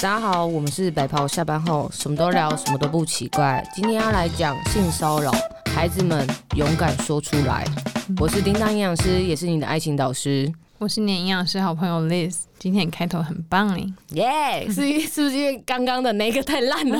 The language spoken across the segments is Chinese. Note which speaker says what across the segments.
Speaker 1: 大家好，我们是白袍，下班后什么都聊，什么都不奇怪。今天要来讲性骚扰，孩子们勇敢说出来。我是叮当营养师，也是你的爱情导师。
Speaker 2: 我是你的营养师好朋友 Liz，今天开头很棒哎、
Speaker 1: 耶、是是不是因为刚刚的那个太烂了？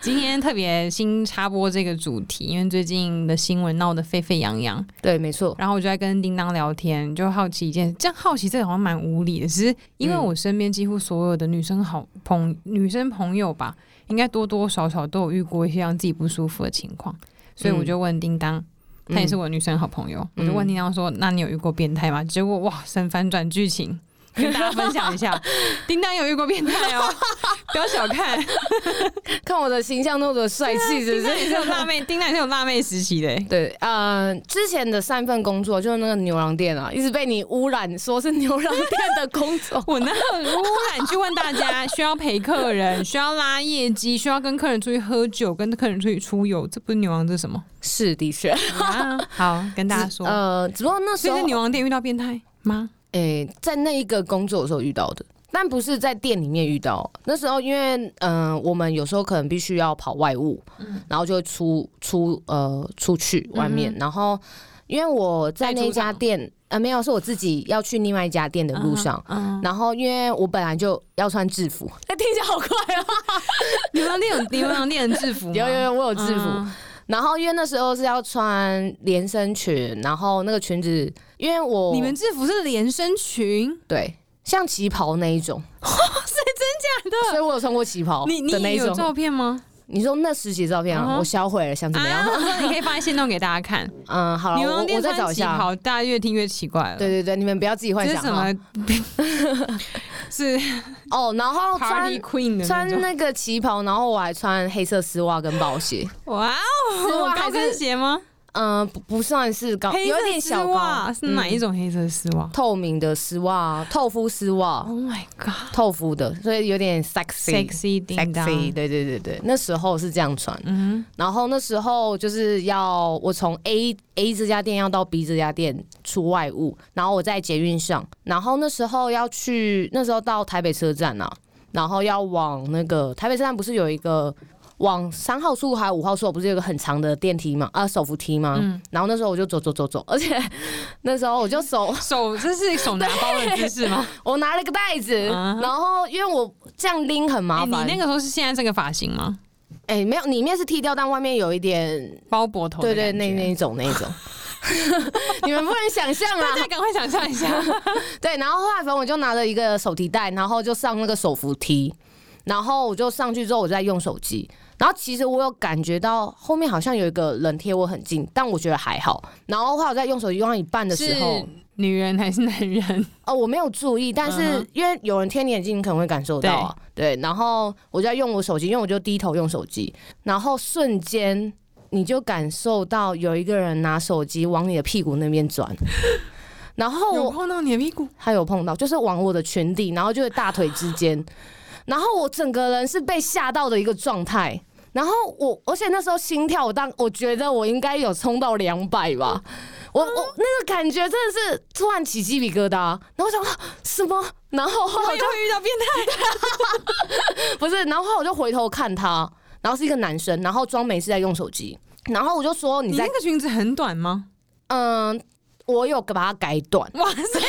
Speaker 2: 今天特别新插播这个主题，因为最近的新闻闹得沸沸扬扬，
Speaker 1: 对，没错。
Speaker 2: 然后我就在跟叮当聊天，就好奇一件，这样好奇这个好像蛮无理的，只是因为
Speaker 1: 嗯
Speaker 2: 我身边几乎所有的女生好朋女生朋友吧，应该多多少少都有遇过一些让自己不舒服的情况，所以
Speaker 1: 嗯
Speaker 2: 我就问叮当。她也是我的女生好朋友，我就问叮当说：“那你有遇过变态吗？”结果哇，神反转剧情，跟大家分享 一下，叮当有遇过变态哦， 不要小看，
Speaker 1: 看我的形象那么的帅气，是
Speaker 2: 叮
Speaker 1: 不
Speaker 2: 当也
Speaker 1: 是？
Speaker 2: 是有辣妹，叮当也是有辣妹时期的欸，。
Speaker 1: 对，呃，之前的上一份工作就是那个牛郎店啊，一直被你污染，说是牛郎店的工作
Speaker 2: 我哪有污染？去问大家，需要陪客人，需要拉业绩，需要跟客人出去喝酒，跟客人出去出游，这不是牛郎这是什么？
Speaker 1: 是，的确。
Speaker 2: 啊、好，跟大家说，
Speaker 1: 呃，只不过那时
Speaker 2: 所以
Speaker 1: 候
Speaker 2: 在牛郎店遇到变态吗？
Speaker 1: 诶、在那一个工作的时候遇到的，但不是在店里面遇到。那时候因为嗯、呃我们有时候可能必须要跑外务，
Speaker 2: 嗯
Speaker 1: 然后就会出出呃出去外面，然后因为我在那一家店呃没有，是我自己要去另外一家店的路上。
Speaker 2: 嗯，
Speaker 1: 然后，因为我本来就要穿制服，那听起来好快啊！
Speaker 2: 牛郎店有牛郎店的制服吗，
Speaker 1: 有有有，我有制服。
Speaker 2: 嗯
Speaker 1: 然后，因为那时候是要穿连身裙，然后那个裙子，因为我
Speaker 2: 你们制服是连身裙，
Speaker 1: 对像旗袍那一 种，
Speaker 2: 哦真假
Speaker 1: 所以我有穿过旗袍
Speaker 2: 你
Speaker 1: 的那
Speaker 2: 你
Speaker 1: 一
Speaker 2: 有
Speaker 1: 种。
Speaker 2: 照片吗？
Speaker 1: 你说那实习照片
Speaker 2: 嗯
Speaker 1: 啊，
Speaker 2: 哼
Speaker 1: 我销毁了，想怎么样？
Speaker 2: 啊，你可以放在线动给大家看。
Speaker 1: 嗯，好了，
Speaker 2: 牛郎
Speaker 1: 我
Speaker 2: 店
Speaker 1: 我再找
Speaker 2: 穿
Speaker 1: 一
Speaker 2: 旗
Speaker 1: 下。
Speaker 2: 袍，大家越听越奇怪了。
Speaker 1: 对，对对，你们不要自己幻
Speaker 2: 这
Speaker 1: 想啊
Speaker 2: 是什
Speaker 1: 哈
Speaker 2: 么？是
Speaker 1: 哦，然后穿
Speaker 2: Party Queen 的那
Speaker 1: 穿
Speaker 2: 种。
Speaker 1: 那个旗袍，然后我还穿黑色丝袜跟包鞋。
Speaker 2: 哇
Speaker 1: 丝
Speaker 2: 哦，
Speaker 1: 袜还
Speaker 2: 高
Speaker 1: 是
Speaker 2: 跟鞋吗？
Speaker 1: 嗯，不不算是高，
Speaker 2: 黑色
Speaker 1: 有点小
Speaker 2: 丝
Speaker 1: 高
Speaker 2: 袜。是哪一
Speaker 1: 嗯？
Speaker 2: 种黑色丝袜
Speaker 1: 透明的丝袜，透肤丝袜，
Speaker 2: ？Oh my god！
Speaker 1: 透肤的，所以有点 sexy。
Speaker 2: sexy 叮当，
Speaker 1: sexy，对对对对，那时候是这样穿，
Speaker 2: 啊嗯
Speaker 1: 然后那时候就是要我从 A A 这家店要到 B 这家店出外务，然后我在捷运上，然后那时候要去，那时候到台北车站啊，然后要往那个台北车站不是有一个往三号出口还有五号出口不是有一个很长的电梯吗？啊，手扶梯吗？
Speaker 2: 嗯
Speaker 1: 然后那时候我就走走走走， 而且那时候我就手
Speaker 2: 哼，手这是手拿包的姿势吗？
Speaker 1: 我拿了个袋子，
Speaker 2: 啊
Speaker 1: 然后因为我这样拎很麻
Speaker 2: 哎你
Speaker 1: 烦，
Speaker 2: 那个时候是现在这个发型吗？
Speaker 1: 哎、没有里面是剃掉，但外面有一点
Speaker 2: 包脖头的
Speaker 1: 对对，
Speaker 2: 哦感觉
Speaker 1: 那那一种那 一种，你们不能想象
Speaker 2: 大
Speaker 1: 啊
Speaker 2: 家。赶快想象一下，
Speaker 1: 对，然后后来反正我就拿了一个手提袋，然后就上那个手扶梯，然后我就上去之后我在用手机，然后其实我有感觉到后面好像有一个人贴我很近，但我觉得还好。然后后来我在用手机用到一半的时
Speaker 2: 是
Speaker 1: 候，
Speaker 2: 女人还是男人？
Speaker 1: 哦，我没有注意，但
Speaker 2: 嗯
Speaker 1: 是
Speaker 2: 哼
Speaker 1: 因为有人贴你眼镜，你可能会感受到啊。对，然后我就在用我手机，因为我就低头用手机，然后瞬间你就感受到有一个人拿手机往你的屁股那边转， 然后
Speaker 2: 有
Speaker 1: 我
Speaker 2: 碰到你的屁股？
Speaker 1: 还有碰到，就是往我的裙底，然后就是大腿之间， 然后我整个人是被吓到的一个状态。然后我，而且那时候心跳，我当我觉得我应该有冲到两百吧，我我那个感觉真的是突然起鸡皮疙瘩，然后我想、啊、什么， 然后后来
Speaker 2: 我
Speaker 1: 我
Speaker 2: 就会遇到变态。
Speaker 1: 不是，然后后来我就回头看他，然后是一个男生，然后装没事在用手机，然后我就说你
Speaker 2: 你
Speaker 1: 在
Speaker 2: 那个裙子很短吗？
Speaker 1: 嗯、我有把它改短，
Speaker 2: 哇塞！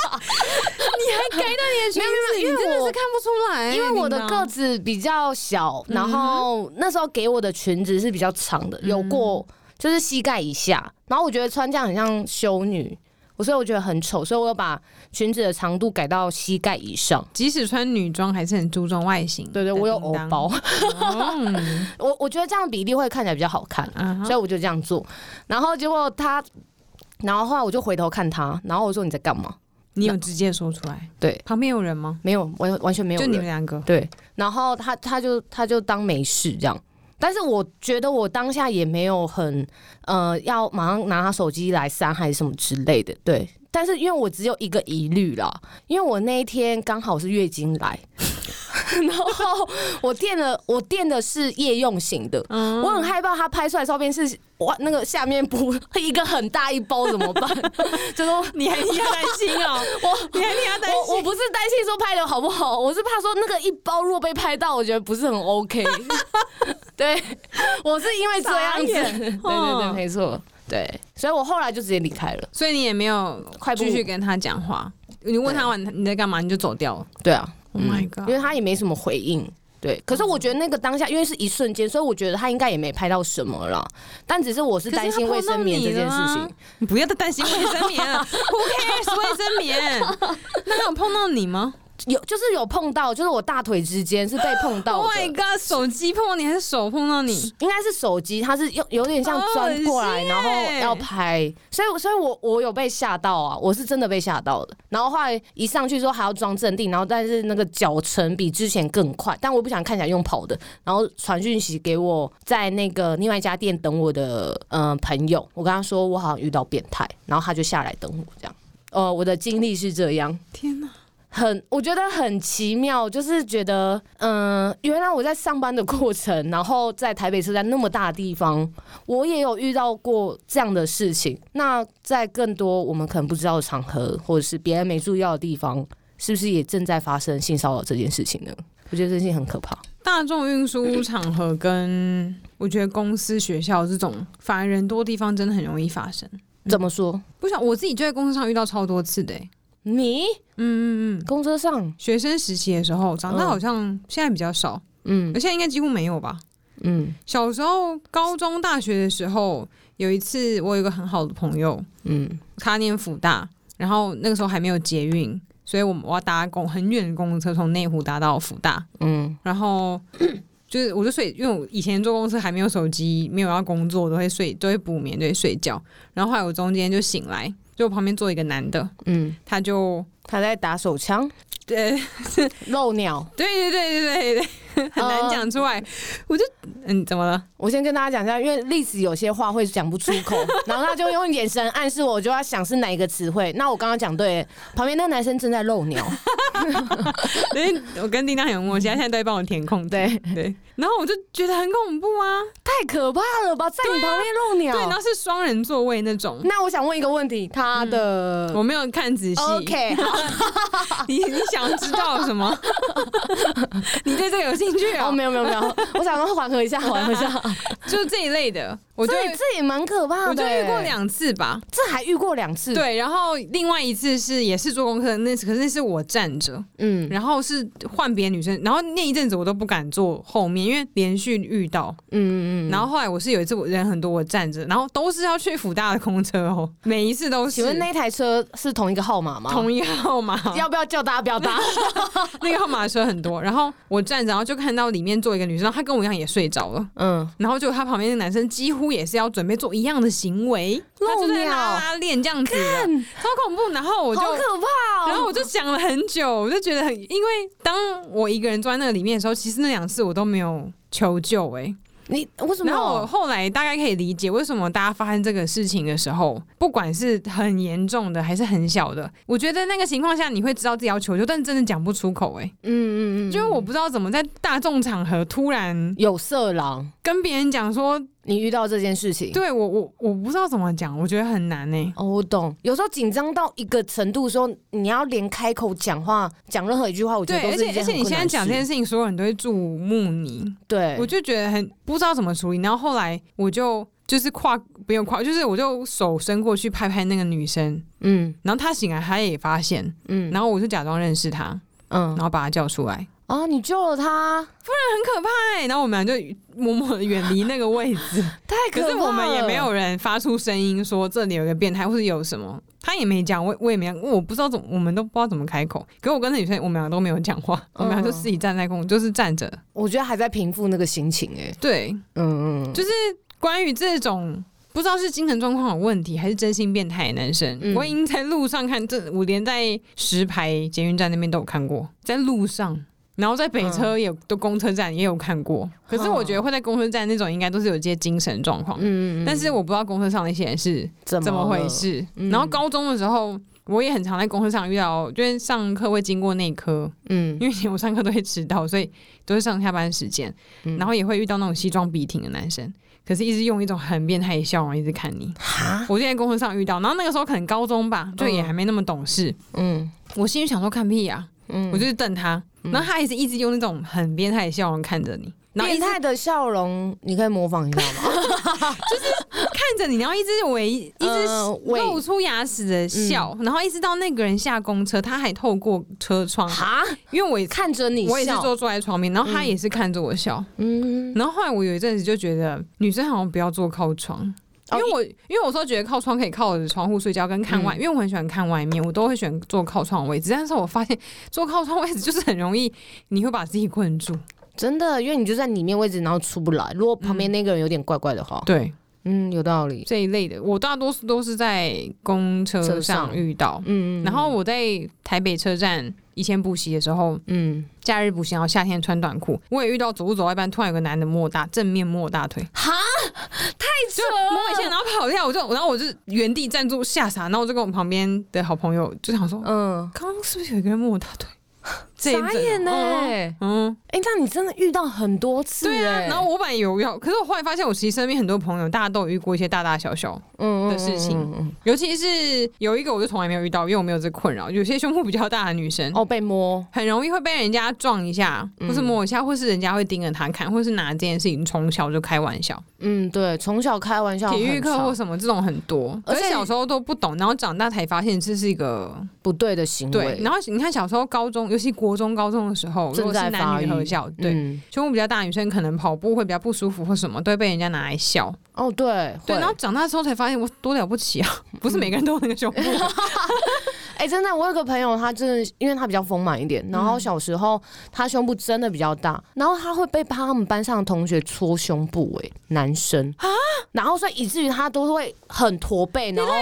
Speaker 2: 你还改到你的裙子，
Speaker 1: 没
Speaker 2: 你
Speaker 1: 有没有因为
Speaker 2: 真的
Speaker 1: 我
Speaker 2: 是看不出来。
Speaker 1: 因为我的
Speaker 2: 叮当
Speaker 1: 个子比较小，然后那时候给我的裙子是比较长的，有过就是膝盖以下，然后我觉得穿这样很像修女，我所以我觉得很丑，所以我有把裙子的长度改到膝盖以上。
Speaker 2: 即使穿女装，还是很注重外形。
Speaker 1: 对对，我有偶包，
Speaker 2: 嗯
Speaker 1: 我我觉得这样比例会看起来比较好看，
Speaker 2: 啊哈
Speaker 1: 所以我就这样做。然后结果他，然后后来我就回头看他，然后我说你在干嘛？
Speaker 2: 你有直接说出来？
Speaker 1: 对，
Speaker 2: 旁边有人吗？
Speaker 1: 没有，完完全没有
Speaker 2: 就
Speaker 1: 人
Speaker 2: 你们 两个，
Speaker 1: 对，然后他他就他就当没事这样。但是我觉得我当下也没有很呃，要马上拿他手机来删还是什么之类的，对。但是因为我只有一个疑虑啦，因为我那一天刚好是月经来， 然后我垫的我垫的是夜用型的，
Speaker 2: 嗯
Speaker 1: 我很害怕他拍出来的照片是哇那个下面不 一个很大一包怎么办？就说
Speaker 2: 你还替他担心 哦，
Speaker 1: 我。
Speaker 2: 你还替他担心。
Speaker 1: 我我不是担心说拍的好不好， 我是怕说那个一包若被拍到，我觉得不是很 OK。对，我是因为这样子，
Speaker 2: 傻
Speaker 1: 对
Speaker 2: 眼
Speaker 1: 对对，
Speaker 2: 哦
Speaker 1: 没错，对，所以我后来就直接离开了。
Speaker 2: 所以你也没有
Speaker 1: 快步
Speaker 2: 继续跟他讲话。你问他完你在干嘛，你就走掉了。
Speaker 1: 对啊
Speaker 2: Oh my god
Speaker 1: 因为他也没什么回应。对，可是我觉得那个当下，因为是一瞬间，所以我觉得他应该也没拍到什么了。但只是我是担心卫生棉这件事情，，
Speaker 2: 你啊不要再担心卫生棉 了，Who cares 卫生棉？那他有碰到你吗
Speaker 1: 有就是有碰到，就是我大腿之间是被碰到
Speaker 2: ？Oh
Speaker 1: 的
Speaker 2: my god！手机碰到你还是手碰到你？
Speaker 1: 应该是手机，它是有有点像钻过来，
Speaker 2: 好恶心
Speaker 1: 然后
Speaker 2: 欸
Speaker 1: 要拍，所以所以我我有被吓到啊，我是真的被吓到的。然后后来一上去之后还要装镇定，然后但是那个脚程比之前更快，但我不想看起来用跑的。然后传讯息给我在那个另外一家店等我的呃朋友，我跟他说我好像遇到变态，然后他就下来等我这样。呃，我的经历是这样，
Speaker 2: 天哪！
Speaker 1: 很，我觉得很奇妙，就是觉得，嗯、原来我在上班的过程，然后在台北车站那么大的地方，我也有遇到过这样的事情。那在更多我们可能不知道的场合，或者是别人没注意到的地方，是不是也正在发生性骚扰这件事情呢？我觉得这件事情很可怕。
Speaker 2: 大众运输场合跟我觉得公司、学校这种反而人多地方真的很容易发生。
Speaker 1: 怎么说？
Speaker 2: 不想我自己就在公司上遇到超多次的、欸
Speaker 1: 你
Speaker 2: 嗯嗯嗯。
Speaker 1: 公车上，
Speaker 2: 学生时期的时候，长大
Speaker 1: 嗯
Speaker 2: 好像现在比较少，
Speaker 1: 嗯
Speaker 2: 而现在应该几乎没有吧。
Speaker 1: 嗯
Speaker 2: 小时候、高中、大学的时候，有一次我有一个很好的朋友，
Speaker 1: 嗯
Speaker 2: 他念福大，然后那个时候还没有捷运，所以我们我要搭公很远的公车从内湖搭到福大，
Speaker 1: 嗯
Speaker 2: 然后就是我就睡，因为我以前坐公车还没有手机，没有要工作，都会睡，都会补眠，都会睡觉。然后后来我中间就醒来，就我旁边坐一个男的，
Speaker 1: 嗯，
Speaker 2: 他就
Speaker 1: 他在打手枪，
Speaker 2: 对
Speaker 1: 漏鸟。
Speaker 2: 对对对对对 对，很难讲出
Speaker 1: 哦
Speaker 2: 来。我就嗯，怎么了？
Speaker 1: 我先跟大家讲一下，因为历史有些话会讲不出 口，然后他就用眼神暗示我，我就要想是哪一个词汇。那我刚刚讲对了，旁边那个男生正在漏 尿，
Speaker 2: 因为哎我跟叮当很有默契，他现在都会帮我填空。
Speaker 1: 对，
Speaker 2: 对，然后我就觉得很恐怖啊。
Speaker 1: 太可怕了吧，在你旁边漏
Speaker 2: 对，然
Speaker 1: 尿。
Speaker 2: 后是双人座位那种。
Speaker 1: 那我想问一个问题，他的、
Speaker 2: 我没有看仔细。
Speaker 1: 嗯 OK 好，
Speaker 2: 你你想知道什么？ 你对这个有兴趣啊、
Speaker 1: 哦，没有没有没有，我想要缓和一下，缓和一 下。
Speaker 2: 就这一类的，我就
Speaker 1: 这也这也蛮可怕
Speaker 2: 我就
Speaker 1: 的、嗯
Speaker 2: 遇过，两次吧。
Speaker 1: 这还遇过两次。，
Speaker 2: 对，然后另外一次是也是做功课，那次可是那是我站着，
Speaker 1: 嗯
Speaker 2: 然后是换别的女生，然后那一阵子我都不敢坐后面，因为连续遇到。
Speaker 1: 嗯嗯嗯。
Speaker 2: 然后后来我是有一次我人很多，我站着，然后都是要去福大的公车哦， 每一次都是。
Speaker 1: 请问那台车是同一个号码吗？
Speaker 2: 同一个号码？
Speaker 1: 要不要叫大家不要 搭？
Speaker 2: 那个号码车很多，然后我站着，然后就看到里面坐一个女生，然后她跟我一样也睡着了。
Speaker 1: 嗯，
Speaker 2: 然后就她旁边的男生几乎也是要准备做一样的行为，他就
Speaker 1: 漏
Speaker 2: 在
Speaker 1: 尿
Speaker 2: 拉拉链这样 子的，超恐怖。然后我就，
Speaker 1: 好可怕哦。
Speaker 2: 然后我就想了很久，我就觉得很，因为当我一个人坐在那里面的时候，其实那两次我都没有求救、欸，
Speaker 1: 你为什么？
Speaker 2: 然后我后来大概可以理解为什么大家发生这个事情的时候，不管是很严重的还是很小的，我觉得那个情况下你会知道自己要求救，但真的讲不出口、欸，哎。
Speaker 1: 嗯嗯嗯，嗯
Speaker 2: 就是我不知道怎么在大众场合突然
Speaker 1: 有色狼，
Speaker 2: 跟别人讲说，
Speaker 1: 你遇到这件事情，
Speaker 2: 对我我我不知道怎么讲，我觉得很难欸呢、
Speaker 1: 哦，我懂。有时候紧张到一个程度的时候，你要连开口讲话，讲任何一句话，我觉得
Speaker 2: 对，
Speaker 1: 都是
Speaker 2: 而且
Speaker 1: 一
Speaker 2: 而
Speaker 1: 件
Speaker 2: 且
Speaker 1: 很
Speaker 2: 你
Speaker 1: 困
Speaker 2: 现
Speaker 1: 难
Speaker 2: 在
Speaker 1: 的
Speaker 2: 讲这件
Speaker 1: 事，
Speaker 2: 事情，所有人都会注目你，
Speaker 1: 对，
Speaker 2: 我就觉得很不知道怎么处理。然后后来我就就是跨没有跨，就是我就手伸过去拍拍那个女生，
Speaker 1: 嗯
Speaker 2: 然后她醒来，她也发现，
Speaker 1: 嗯
Speaker 2: 然后我就假装认识她，
Speaker 1: 嗯
Speaker 2: 然后把她叫出来，很
Speaker 1: 啊，你救了他，
Speaker 2: 可怕、欸。然后我们俩就默默的远离那个位置。
Speaker 1: 太可
Speaker 2: 可
Speaker 1: 怕
Speaker 2: 是我们也没
Speaker 1: 了
Speaker 2: 有人发出声音说这里有一个变态，或是有什么，他也没讲，我我也没讲，我不知道怎么，我们都不知道怎么开口。可我跟那女生，我们俩都没有讲话，我们俩就
Speaker 1: 嗯
Speaker 2: 自己站在空，就是站着。
Speaker 1: 我觉得还在平复那个心情、欸，
Speaker 2: 对，
Speaker 1: 嗯嗯，
Speaker 2: 就是关于这种。不知道是精神状况有问题，还是真心变态的男生。
Speaker 1: 嗯
Speaker 2: 我已经在路上看这，我连在石牌捷运站那边都有看过，在路上，然后在北车也有，都公车站也有看过。
Speaker 1: 嗯
Speaker 2: 可是我觉得会在公车站那种，应该都是有一些精神状况。
Speaker 1: 嗯嗯嗯，
Speaker 2: 但是我不知道公车上那些人是
Speaker 1: 怎
Speaker 2: 怎么
Speaker 1: 了
Speaker 2: 回？事。
Speaker 1: 嗯
Speaker 2: 然后高中的时候，我也很常在公车上遇到，就是上课会经过那科，
Speaker 1: 嗯
Speaker 2: 因为以前我上课都会迟到，所以都是上下班时间，
Speaker 1: 嗯
Speaker 2: 然后也会遇到那种西装笔挺的男生，可是一直用一种很变态的笑容一直看 你。
Speaker 1: 哈，
Speaker 2: 我就在公车上遇到，然后那个时候可能高中吧，就也
Speaker 1: 嗯
Speaker 2: 还没那么懂事，
Speaker 1: 嗯
Speaker 2: 我心里想说看屁呀、
Speaker 1: 嗯，
Speaker 2: 我就是瞪他，
Speaker 1: 嗯
Speaker 2: 然后他也是一直用那种很变态的笑容看着你，然后一
Speaker 1: 变
Speaker 2: 直
Speaker 1: 态的笑容，你可以模仿一下吗？
Speaker 2: 看着你，然后一直微一直
Speaker 1: 呃喂嗯
Speaker 2: 露出牙齿的笑，然后一直到那个人下公车，他还透过车 窗，
Speaker 1: 哈，
Speaker 2: 因为我也
Speaker 1: 看着你
Speaker 2: 我也是
Speaker 1: 笑，
Speaker 2: 坐坐在窗边，然后他也是看着我笑，
Speaker 1: 嗯，
Speaker 2: 然后后来我有一阵子就觉得女生好像不要坐靠窗。因
Speaker 1: 哦
Speaker 2: 为我因为我说觉得靠窗可以靠着窗户睡觉，跟看外，
Speaker 1: 嗯
Speaker 2: 因为我很喜欢看外面，我都会选坐靠窗的位置。但是我发现坐靠窗位置就是很容易，你会把自己困住。
Speaker 1: 哦真的，因为你就在里面位置，然后出不来。如果旁边那个人有点怪怪的话，
Speaker 2: 对，
Speaker 1: 嗯，有道理。
Speaker 2: 这一类的，我大多数都是在公车
Speaker 1: 车
Speaker 2: 上
Speaker 1: 上
Speaker 2: 遇到。
Speaker 1: 嗯，
Speaker 2: 然后我在台北车站以前补习的时候，
Speaker 1: 嗯，
Speaker 2: 假日补习，然后夏天穿短裤，我也遇到走路走到一半，突然有个男的摸我大正面摸我大腿，
Speaker 1: 哈，
Speaker 2: 就摸我一下，然后跑掉，我就然后我就原地站住吓傻，然后我就跟我旁边的好朋友就想说，
Speaker 1: 嗯，
Speaker 2: 刚刚是不是有一个人摸我大腿？这一
Speaker 1: 傻眼
Speaker 2: 阵
Speaker 1: 呢、
Speaker 2: 嗯
Speaker 1: 欸。
Speaker 2: 嗯，
Speaker 1: 哎、那你真的遇到很多次、欸，
Speaker 2: 对啊，然后我本来有要，可是我后来发现，我其实身边很多朋友，大家都有遇过一些大大小小
Speaker 1: 嗯
Speaker 2: 的事情
Speaker 1: 嗯嗯嗯
Speaker 2: 尤其是有一个我就从来没有遇到，因为我没有这困扰。有些胸部比较大的女生，
Speaker 1: 哦，被摸，
Speaker 2: 很容易会被人家撞一下，
Speaker 1: 嗯
Speaker 2: 或是摸一下，或是人家会盯着她看，或是拿这件事情从小就开玩笑。
Speaker 1: 嗯，对，从小开玩笑很
Speaker 2: 体
Speaker 1: 少，
Speaker 2: 育课或什么这种很多，而
Speaker 1: 而且
Speaker 2: 且小时候都不懂，然后长大才发现这是一个
Speaker 1: 不对的行为，
Speaker 2: 对。然后你看小时候、高中，尤其国中、高中的时候，如果
Speaker 1: 正
Speaker 2: 是
Speaker 1: 在
Speaker 2: 男
Speaker 1: 发
Speaker 2: 女
Speaker 1: 育
Speaker 2: 合校，对。
Speaker 1: 嗯
Speaker 2: 胸部比较大的女生可能跑步会比较不舒服或什么，都会被人家拿来笑。
Speaker 1: 哦，对，
Speaker 2: 对，
Speaker 1: 会
Speaker 2: 然后长大之后才发现我多了不起啊，不是每个人都有那个胸 部。
Speaker 1: 哎、真的，我有个朋友，他真的，因为他比较丰满一点，然
Speaker 2: 嗯
Speaker 1: 后小时候他胸部真的比较大，然后他会被他们班上的同学戳胸部、哎，男生啊，然后所以以至于他都会很驼背，然后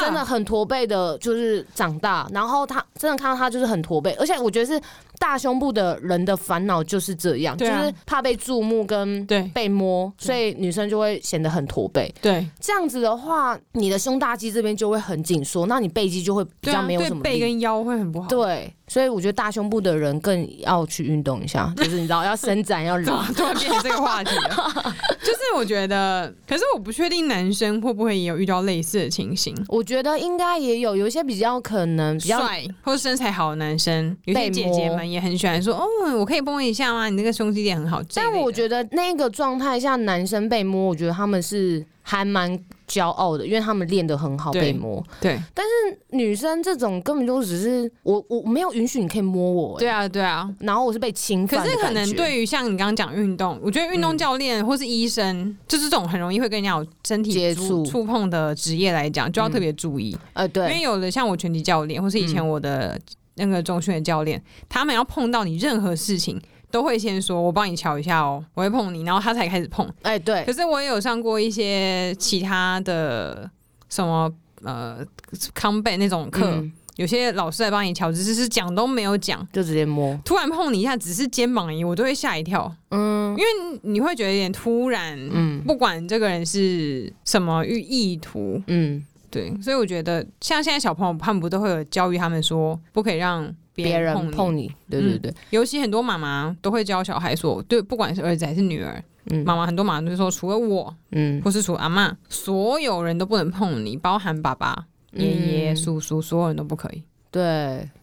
Speaker 1: 真的很驼背的，就是长大，然后他真的看到他就是很驼背，而且我觉得是大胸部的人的烦恼就是这样，就
Speaker 2: 对啊
Speaker 1: 是怕被注目跟
Speaker 2: 对
Speaker 1: 被摸，所以女生就会显得很驼背。
Speaker 2: 对，
Speaker 1: 这样子的话，你的胸大肌这边就会很紧缩，那你背肌就会比
Speaker 2: 对
Speaker 1: 较
Speaker 2: 啊，
Speaker 1: 没有
Speaker 2: 对
Speaker 1: 什么
Speaker 2: 背
Speaker 1: 力。
Speaker 2: 跟腰会很不好。
Speaker 1: 对，所以我觉得大胸部的人更要去运动一下，就是你知道要伸展要
Speaker 2: 怎
Speaker 1: 拉
Speaker 2: 么。 突然变成这个话题了？ 就是我觉得，可是我不确定男生会不会也有遇到类似的情形。
Speaker 1: 我觉得应该也有，有一些比较可能比较
Speaker 2: 帅或者身材好的男生，有些
Speaker 1: 被
Speaker 2: 姐
Speaker 1: 摸
Speaker 2: 姐们也很喜欢说：“哦，我可以摸一下吗？你那个胸肌点很好。”
Speaker 1: 但我觉得那个状态下，男生被摸，我觉得他们是还蛮骄傲的，因为他们练得很好
Speaker 2: 对
Speaker 1: 被摸。
Speaker 2: 得对
Speaker 1: 女生这种根本就只是我，我我没有允许你可以摸我、欸，
Speaker 2: 对啊对啊。
Speaker 1: 然后我是被侵
Speaker 2: 可
Speaker 1: 犯的
Speaker 2: 是可
Speaker 1: 感觉。
Speaker 2: 能对于像你刚刚讲运动，我觉得运动教练或是医生，就是这种很容易会跟人家有身体
Speaker 1: 接触
Speaker 2: 触触碰的职业来讲，就要特别注意。
Speaker 1: 呃
Speaker 2: 因
Speaker 1: 对嗯
Speaker 2: 为有的像我拳击教练，或是以前我的那个中训的教练，他们要碰到你任何事情，都会先说“我帮你瞧一下哦，我会碰你”，然后他才开始碰。
Speaker 1: 哎、对
Speaker 2: 可是我也有上过一些其他的什么呃康贝那种课，
Speaker 1: 嗯
Speaker 2: 有些老师来帮你瞧，只是是讲都没有讲。
Speaker 1: 就直接摸，
Speaker 2: 突然碰你一下，只是肩膀而已，我都会吓一跳，
Speaker 1: 嗯
Speaker 2: 因为你会觉得有点突然。
Speaker 1: 嗯
Speaker 2: 不管这个人是什么寓意图，
Speaker 1: 嗯，
Speaker 2: 对，所以我觉得像现在小朋友他们不都会有教育他们说不可以让
Speaker 1: 别
Speaker 2: 别人碰
Speaker 1: 人
Speaker 2: 你，
Speaker 1: 碰你，对对
Speaker 2: 嗯
Speaker 1: 对，
Speaker 2: 尤其很多妈妈都会教小孩说，对，不管是儿子还是女儿，
Speaker 1: 嗯
Speaker 2: 妈妈很多妈妈都说，除了我
Speaker 1: 嗯
Speaker 2: 或是除了阿妈，所有人都不能碰你，包含爸爸、爷爷、
Speaker 1: 嗯
Speaker 2: 叔叔，所有人都不可以。
Speaker 1: 对，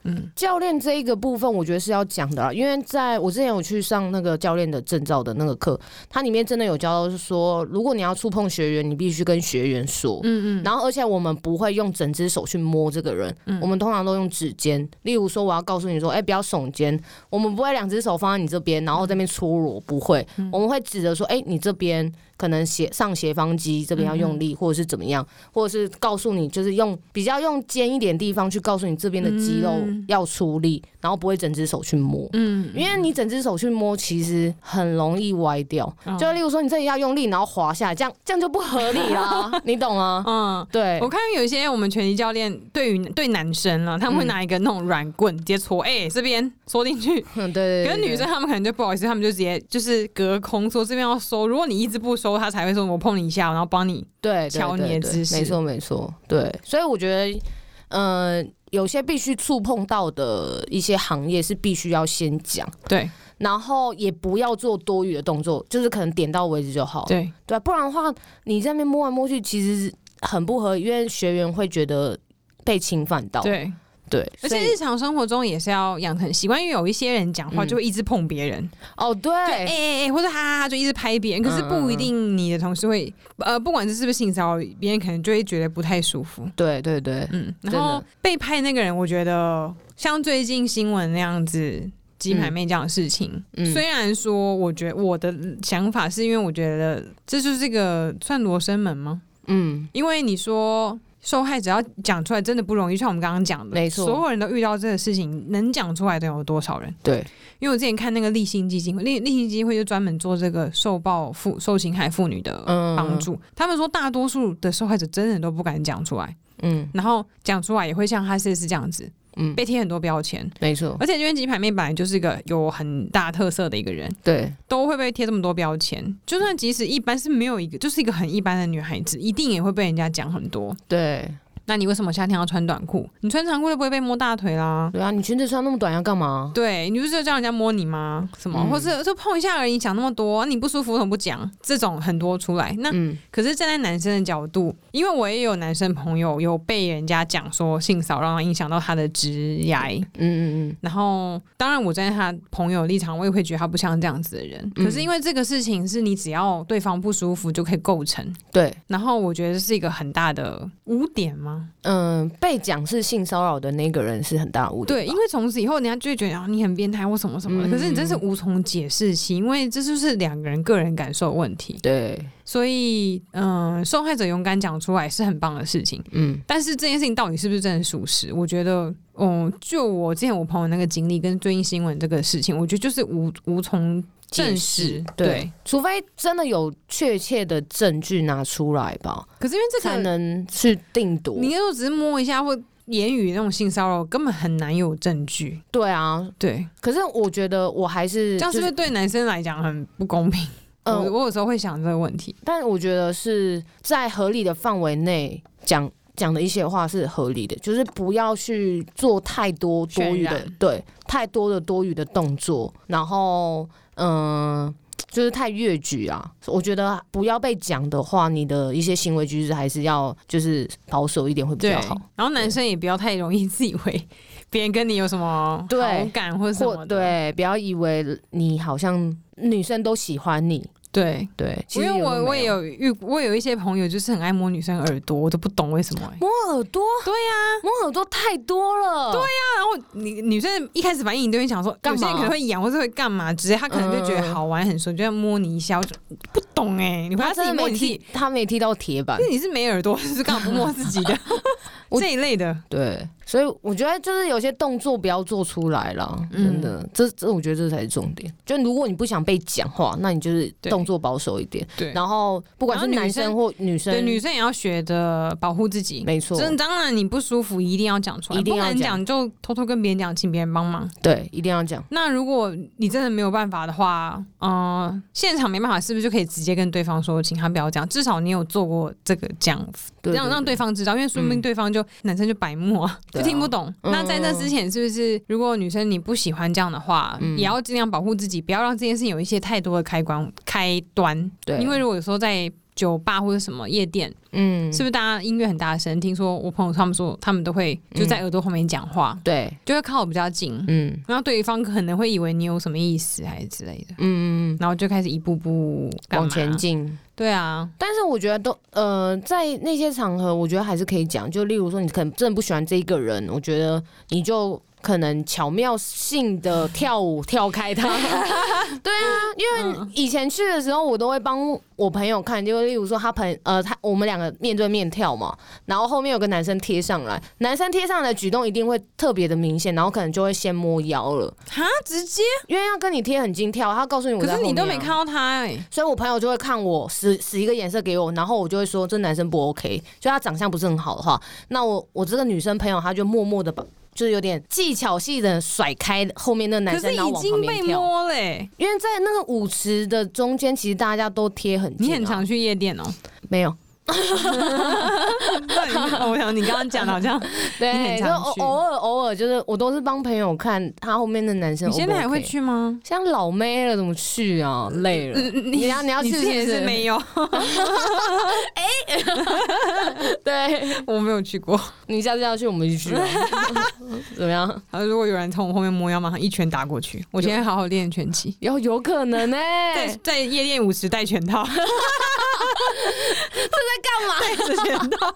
Speaker 2: 嗯，
Speaker 1: 教练这一个部分，我觉得是要讲的啦，因为在我之前有去上那个教练的证照的那个课，它里面真的有教到是说，如果你要触碰学员，你必须跟学员说。
Speaker 2: 嗯嗯，
Speaker 1: 然后，而且我们不会用整只手去摸这个人，
Speaker 2: 嗯
Speaker 1: 我们通常都用指尖。例如说，我要告诉你说，哎、不要耸肩。我们不会两只手放在你这边，然后这边搓揉，不会。
Speaker 2: 嗯
Speaker 1: 我们会指着说，哎、你这边可能斜上斜方肌这边要用
Speaker 2: 嗯
Speaker 1: 力，或者是怎么样，或者是告诉你，就是用比较用尖一点地方去告诉你这边的肌肉
Speaker 2: 嗯
Speaker 1: 要出力，然后不会整只手去摸。
Speaker 2: 嗯，
Speaker 1: 因为你整只手去摸，其实很容易歪掉。
Speaker 2: 嗯
Speaker 1: 就例如说，你这里要用力，然后滑下来，这样这样就不合理 啦，
Speaker 2: 哦
Speaker 1: 你懂吗？
Speaker 2: 嗯。
Speaker 1: 对
Speaker 2: 我，看有一些我们拳击教练对于对男生啊，他们会
Speaker 1: 嗯
Speaker 2: 拿一个那种软棍直接戳，哎、这边戳进去，
Speaker 1: 嗯，对对对。
Speaker 2: 可是
Speaker 1: 对
Speaker 2: 女生，她们可能就不好意思，她们就直接就是隔空说这边要收，如果你一直不收，她才会说我碰你一下，然后帮你。
Speaker 1: 对对
Speaker 2: 瞧
Speaker 1: 对
Speaker 2: 你的
Speaker 1: 对
Speaker 2: 姿势
Speaker 1: 没错没错，对。所以我觉得，呃，有些必须触碰到的一些行业是必须要先讲，
Speaker 2: 对
Speaker 1: 然后也不要做多余的动作，就是可能点到为止就好。
Speaker 2: 对，
Speaker 1: 对啊，不然的话，你在那边摸来摸去，其实是很不合，因为学员会觉得被侵犯到。
Speaker 2: 对，
Speaker 1: 对，
Speaker 2: 哦
Speaker 1: 所
Speaker 2: 而且
Speaker 1: 以
Speaker 2: 日常生活中也是要养成习惯，因为有一些人讲话
Speaker 1: 嗯
Speaker 2: 就会一直碰别人，
Speaker 1: 哦，
Speaker 2: 对，
Speaker 1: 对，
Speaker 2: 哎哎哎，或者哈哈哈就一直拍别人，可是
Speaker 1: 嗯嗯
Speaker 2: 不一定你的同事会，呃，不管这是不是性骚扰，别人可能就会觉得不太舒服。
Speaker 1: 对对对，
Speaker 2: 嗯，
Speaker 1: 真
Speaker 2: 然
Speaker 1: 的
Speaker 2: 后被拍那个人，我觉得像最近新闻那样子。鸡排妹这样的事情，
Speaker 1: 嗯
Speaker 2: 虽然说，我觉得我的想法是因为我觉得这就是个算罗生门吗？
Speaker 1: 嗯，
Speaker 2: 因为你说受害者要讲出来真的不容易，就像我们刚刚讲的，
Speaker 1: 没错
Speaker 2: 所有人都遇到这个事情，能讲出来的有多少人？
Speaker 1: 对，
Speaker 2: 因为我之前看那个立信基金会，立立信基金会就专门做这个受暴妇、受侵害妇女的
Speaker 1: 嗯，
Speaker 2: 帮助。他们说，大多数的受害者真的都不敢讲出来，
Speaker 1: 嗯，
Speaker 2: 然后讲出来也会像哈斯斯这样子，
Speaker 1: 嗯
Speaker 2: 被贴很多标签。
Speaker 1: 没错，
Speaker 2: 而且因为鸡排妹本来就是一个有很大特色的一个人，
Speaker 1: 对，
Speaker 2: 都会被贴这么多标签。就算即使一般是没有一个，就是一个很一般的女孩子，一定也会被人家讲很多。
Speaker 1: 对，
Speaker 2: 那你为什么夏天要穿短裤？你穿长裤就不会被摸大腿啦。
Speaker 1: 对啊，你裙子穿那么短要干嘛？
Speaker 2: 对，你不是叫人家摸你吗？什么，
Speaker 1: 嗯
Speaker 2: 或是就碰一下而已，讲那么多，你不舒服为什么不讲？这种很多出来。那、
Speaker 1: 嗯
Speaker 2: 可是站在男生的角度，因为我也有男生朋友有被人家讲说性骚扰影响到他的职涯，
Speaker 1: 嗯嗯嗯，
Speaker 2: 然后当然我站在他朋友的立场，我也会觉得他不像这样子的人。
Speaker 1: 嗯
Speaker 2: 可是因为这个事情是你只要对方不舒服就可以构成，
Speaker 1: 对，
Speaker 2: 然后我觉得这是一个很大的污点吗？
Speaker 1: 嗯，被讲是性骚扰的那个人是很大的误
Speaker 2: 对，因为从此以后，人家就会觉得啊，你很变态或什么什么的。
Speaker 1: 嗯
Speaker 2: 可是你真是无从解释起，因为这哎就是两个人个人感受的问题。
Speaker 1: 对，
Speaker 2: 所以，嗯、受害者勇敢讲出来是很棒的事情。
Speaker 1: 嗯
Speaker 2: 但是这件事情到底是不是真的属实？我觉得，嗯，就我之前我朋友那个经历跟最近新闻这个事情，我觉得就是无无从证实。
Speaker 1: 对，除非真的有确切的证据拿出来吧，
Speaker 2: 可是因为这
Speaker 1: 才
Speaker 2: 个，
Speaker 1: 能去定夺。
Speaker 2: 你如果只是摸一下或言语那种性骚扰，根本很难有证据。
Speaker 1: 对啊，
Speaker 2: 对，
Speaker 1: 可是我觉得我还是
Speaker 2: 这样是
Speaker 1: 就
Speaker 2: 不是对男生来讲很不公平？
Speaker 1: 嗯、
Speaker 2: 我我有时候会想这个问题。
Speaker 1: 但我觉得是在合理的范围内讲讲的一些话是合理的，就是不要去做太多多余
Speaker 2: 渲
Speaker 1: 的
Speaker 2: 染，
Speaker 1: 对，太多的多余的动作，然后嗯、呃就是太越矩啊。我觉得不要被讲的话，你的一些行为举止还是要就是保守一点会比较好。
Speaker 2: 然后男生也不要太容易自以为 别人跟你有什么
Speaker 1: 对
Speaker 2: 好感或什
Speaker 1: 或
Speaker 2: 么的。
Speaker 1: 对，不要以为你好像女生都喜欢你，
Speaker 2: 对，
Speaker 1: 对，其
Speaker 2: 因
Speaker 1: 实
Speaker 2: 为
Speaker 1: 有
Speaker 2: 我
Speaker 1: 没
Speaker 2: 我也有遇，我有一些朋友就是很爱摸女生耳朵，我都不懂为什么、欸。
Speaker 1: 摸耳朵，
Speaker 2: 对
Speaker 1: 呀、摸耳朵太多了，对呀、
Speaker 2: 然后你女生一开始反应你都会想说，
Speaker 1: 干
Speaker 2: 有些
Speaker 1: 嘛
Speaker 2: 人可能会痒或是会干嘛，直接她可能就觉得好玩很熟，就要摸你一下，我就不懂哎、欸，你不要
Speaker 1: 他
Speaker 2: 自
Speaker 1: 真的
Speaker 2: 己摸
Speaker 1: 没
Speaker 2: 你自己嗯
Speaker 1: 踢，，他没踢到铁板
Speaker 2: 因，为你是没耳朵， 是干嘛不摸自己 的
Speaker 1: 我
Speaker 2: 这一类的。
Speaker 1: 对，所以我觉得就是有些动作不要做出来了，
Speaker 2: 嗯
Speaker 1: 真的，这这我觉得这才是重点。就如果你不想被讲话，那你就是
Speaker 2: 对
Speaker 1: 动作保守一点，
Speaker 2: 对
Speaker 1: 然后不管是男生或女生，
Speaker 2: 对，女生也要学着保护自己。
Speaker 1: 没错，
Speaker 2: 真的，当然你不舒服一定要讲出来，
Speaker 1: 一定要
Speaker 2: 不敢
Speaker 1: 讲
Speaker 2: 讲就偷偷跟别人讲，请别人帮忙。
Speaker 1: 对，一定要讲，
Speaker 2: 那如果你真的没有办法的话，嗯、现场没办法，是不是就可以直接跟对方说，请他不要讲？至少你有做过这个这样，
Speaker 1: 对
Speaker 2: 让让对
Speaker 1: 对
Speaker 2: 方知道，因为说不定
Speaker 1: 嗯
Speaker 2: 对方就、男生就白目啊，就
Speaker 1: 对啊
Speaker 2: 听不懂。
Speaker 1: 嗯
Speaker 2: 那在这之前，是不是如果女生你不喜欢这样的话，
Speaker 1: 嗯
Speaker 2: 也要尽量保护自己，不要让这件事情有一些太多的开关开端？
Speaker 1: 对，
Speaker 2: 因为如果说在酒吧或者什么夜店，
Speaker 1: 嗯
Speaker 2: 是不是大家音乐很大声？听说我朋友他们说，他们都会就在耳朵后面讲话，
Speaker 1: 对，
Speaker 2: 就会靠我比较近，
Speaker 1: 嗯
Speaker 2: 然后对方可能会以为你有什么意思还是之类的，
Speaker 1: 嗯嗯
Speaker 2: 然后就开始一步步
Speaker 1: 嗯，
Speaker 2: 干嘛啊
Speaker 1: 往前。进。
Speaker 2: 对啊，
Speaker 1: 但是我觉得都呃，在那些场合，我觉得还是可以讲。就例如说，你可能真的不喜欢这一个人，我觉得你就可能巧妙性的跳舞跳开 他。对啊，因为以前去的时候，我都会帮我朋友看，就例如说他朋呃他我们两个面对面跳嘛，然后后面有个男生贴上来，男生贴上来的举动一定会特别的明显，然后可能就会先摸腰了，
Speaker 2: 哈，直接，
Speaker 1: 因为要跟你贴很近跳，他告诉你我
Speaker 2: 可
Speaker 1: 在
Speaker 2: 是
Speaker 1: 后
Speaker 2: 你都
Speaker 1: 面
Speaker 2: 没
Speaker 1: 啊
Speaker 2: 看到他哎、欸，
Speaker 1: 所以我朋友就会看我使使一个眼色给我，然后我就会说这男生不 OK，就他长相不是很好的话，那我我这个女生朋友她就默默的把。就是有点技巧性的甩开后面那个男
Speaker 2: 可
Speaker 1: 生，
Speaker 2: 是
Speaker 1: 然后
Speaker 2: 已
Speaker 1: 往旁
Speaker 2: 经被
Speaker 1: 边跳。
Speaker 2: 摸嘞、欸，
Speaker 1: 因为在那个舞池的中间，其实大家都贴很近、啊。
Speaker 2: 你很常去夜店哦、
Speaker 1: 没有？
Speaker 2: 那你哦我想你刚刚讲的好 像，你
Speaker 1: 对，
Speaker 2: 很
Speaker 1: 就
Speaker 2: 常
Speaker 1: 偶
Speaker 2: 去
Speaker 1: 偶尔偶尔就是我都是帮朋友看他后面的男生 O 不 OK。
Speaker 2: 现在还会去吗？
Speaker 1: 像老妹了，怎么去啊？累了。
Speaker 2: 嗯
Speaker 1: 你要你要
Speaker 2: 你
Speaker 1: 去
Speaker 2: 之前
Speaker 1: 是不
Speaker 2: 是
Speaker 1: 是
Speaker 2: 没有，
Speaker 1: 对，
Speaker 2: 我没有去过。
Speaker 1: 你下次要去我们就去吧， 怎么样？
Speaker 2: 然后如果有人从我后面摸腰，马上一拳打过去。我今天好好练拳击，
Speaker 1: 有有可能呢、欸？
Speaker 2: 在在夜店舞池戴拳 套，
Speaker 1: 在
Speaker 2: 戴着拳套，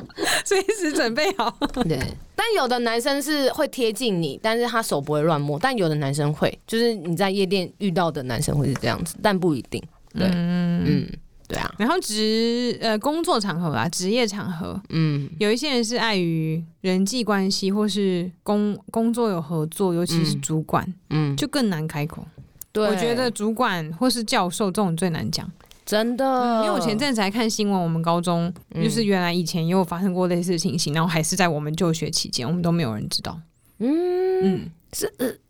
Speaker 2: 随时准备好。
Speaker 1: 干嘛？对。但有的男生是会贴近你，但是他手不会乱摸；但有的男生会，就是你在夜店遇到的男生会是这样子，但不一定。对，嗯对啊，
Speaker 2: 然后职呃工作场合啊，职业场合，
Speaker 1: 嗯
Speaker 2: 有一些人是碍于人际关系或是工工作有合作，尤其是
Speaker 1: 嗯
Speaker 2: 主管，
Speaker 1: 嗯，
Speaker 2: 就更难开口。
Speaker 1: 对，
Speaker 2: 我觉得主管或是教授这种最难讲，
Speaker 1: 真的，
Speaker 2: 因为我前阵子还看新闻，我们高中
Speaker 1: 嗯
Speaker 2: 就是原来以前也有发生过类似的情形，然后还是在我们就学期间，我们都没有人知道。
Speaker 1: 嗯
Speaker 2: 嗯，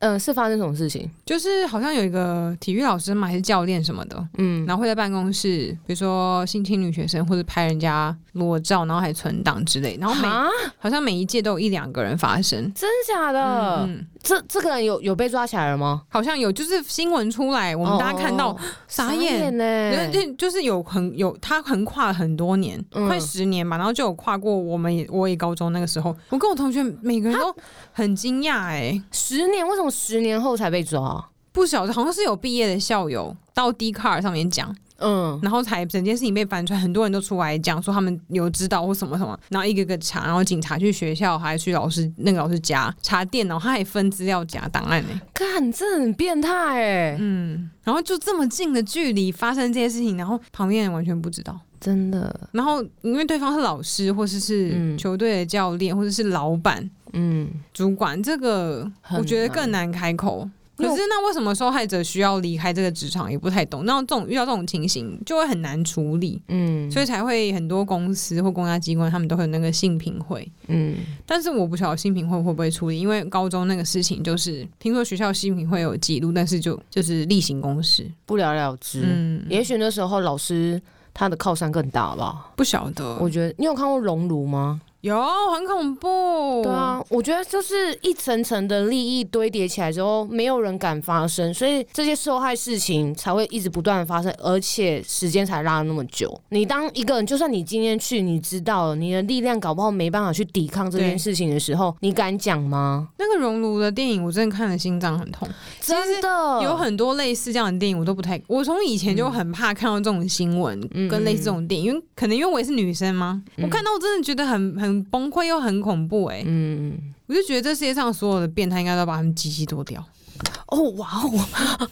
Speaker 1: 呃是发生什么事情？
Speaker 2: 就是好像有一个体育老师嘛，还是教练什么的，
Speaker 1: 嗯
Speaker 2: 然后会在办公室，比如说性侵女学生，或者拍人家裸照，然后还存档之类，然后每
Speaker 1: 啊，
Speaker 2: 好像每一届都有一两个人发生。
Speaker 1: 真假的？
Speaker 2: 嗯，
Speaker 1: 这这个人有有被抓起来了吗？
Speaker 2: 好像有，就是新闻出来，我们大家看到
Speaker 1: 哦
Speaker 2: 傻眼
Speaker 1: 呢、
Speaker 2: 对，就就是有横有他横跨很多年，
Speaker 1: 嗯
Speaker 2: 快十年吧，然后就有跨过我们也我也高中那个时候，我跟我同学每个人都很惊讶哎，
Speaker 1: 十年为什么十年后才被抓？
Speaker 2: 不晓得好像是有毕业的校友到 d c a r 上面讲，
Speaker 1: 嗯，
Speaker 2: 然后才整件事情被翻出来，很多人都出来讲说他们有知道或什么什么，然后一个个查，然后警察去学校还去老师那个老师家查电脑，他还分资料夹档案呢、
Speaker 1: 看这很变态哎、
Speaker 2: 嗯，然后就这么近的距离发生这些事情，然后旁边人完全不知道。
Speaker 1: 真的，
Speaker 2: 然后因为对方是老师，或者是
Speaker 1: 嗯
Speaker 2: 球队的教练，或者是老板、
Speaker 1: 嗯，
Speaker 2: 主管，这个
Speaker 1: 很
Speaker 2: 我觉得更难开口。可
Speaker 1: 因为
Speaker 2: 是那为什么受害者需要离开这个职场，也不太懂。那这种遇到这种情形，就会很难处理，
Speaker 1: 嗯，
Speaker 2: 所以才会很多公司或公家机关他们都会有那个性评会。
Speaker 1: 嗯，
Speaker 2: 但是我不晓得性评会会不会处理，因为高中那个事情就是听说学校性评会有记录，但是就就是例行公事。
Speaker 1: 不了了之。
Speaker 2: 嗯，
Speaker 1: 也许那时候老师他的靠山更大吧。
Speaker 2: 不晓得
Speaker 1: 我觉得你有看过《熔炉》吗？
Speaker 2: 有很恐怖。
Speaker 1: 对啊，我觉得就是一层层的利益堆叠起来之后，没有人敢发声，所以这些受害事情才会一直不断的发生，而且时间才拉那么久。你当一个人，就算你今天去，你知道了你的力量搞不好没办法去抵抗这件事情的时候，你敢讲吗？
Speaker 2: 那个熔炉的电影，我真的看了心脏很痛。其实
Speaker 1: 真的
Speaker 2: 有很多类似这样的电影，我都不太。我从以前就很怕看到这种新闻
Speaker 1: 嗯
Speaker 2: 跟类似这种电影，因为可能因为我也是女生嘛，我看到我真的觉得很很崩溃又很恐怖哎、
Speaker 1: 嗯，
Speaker 2: 我就觉得这世界上所有的变态应该都要把他们鸡鸡剁掉，
Speaker 1: 哦哇哦，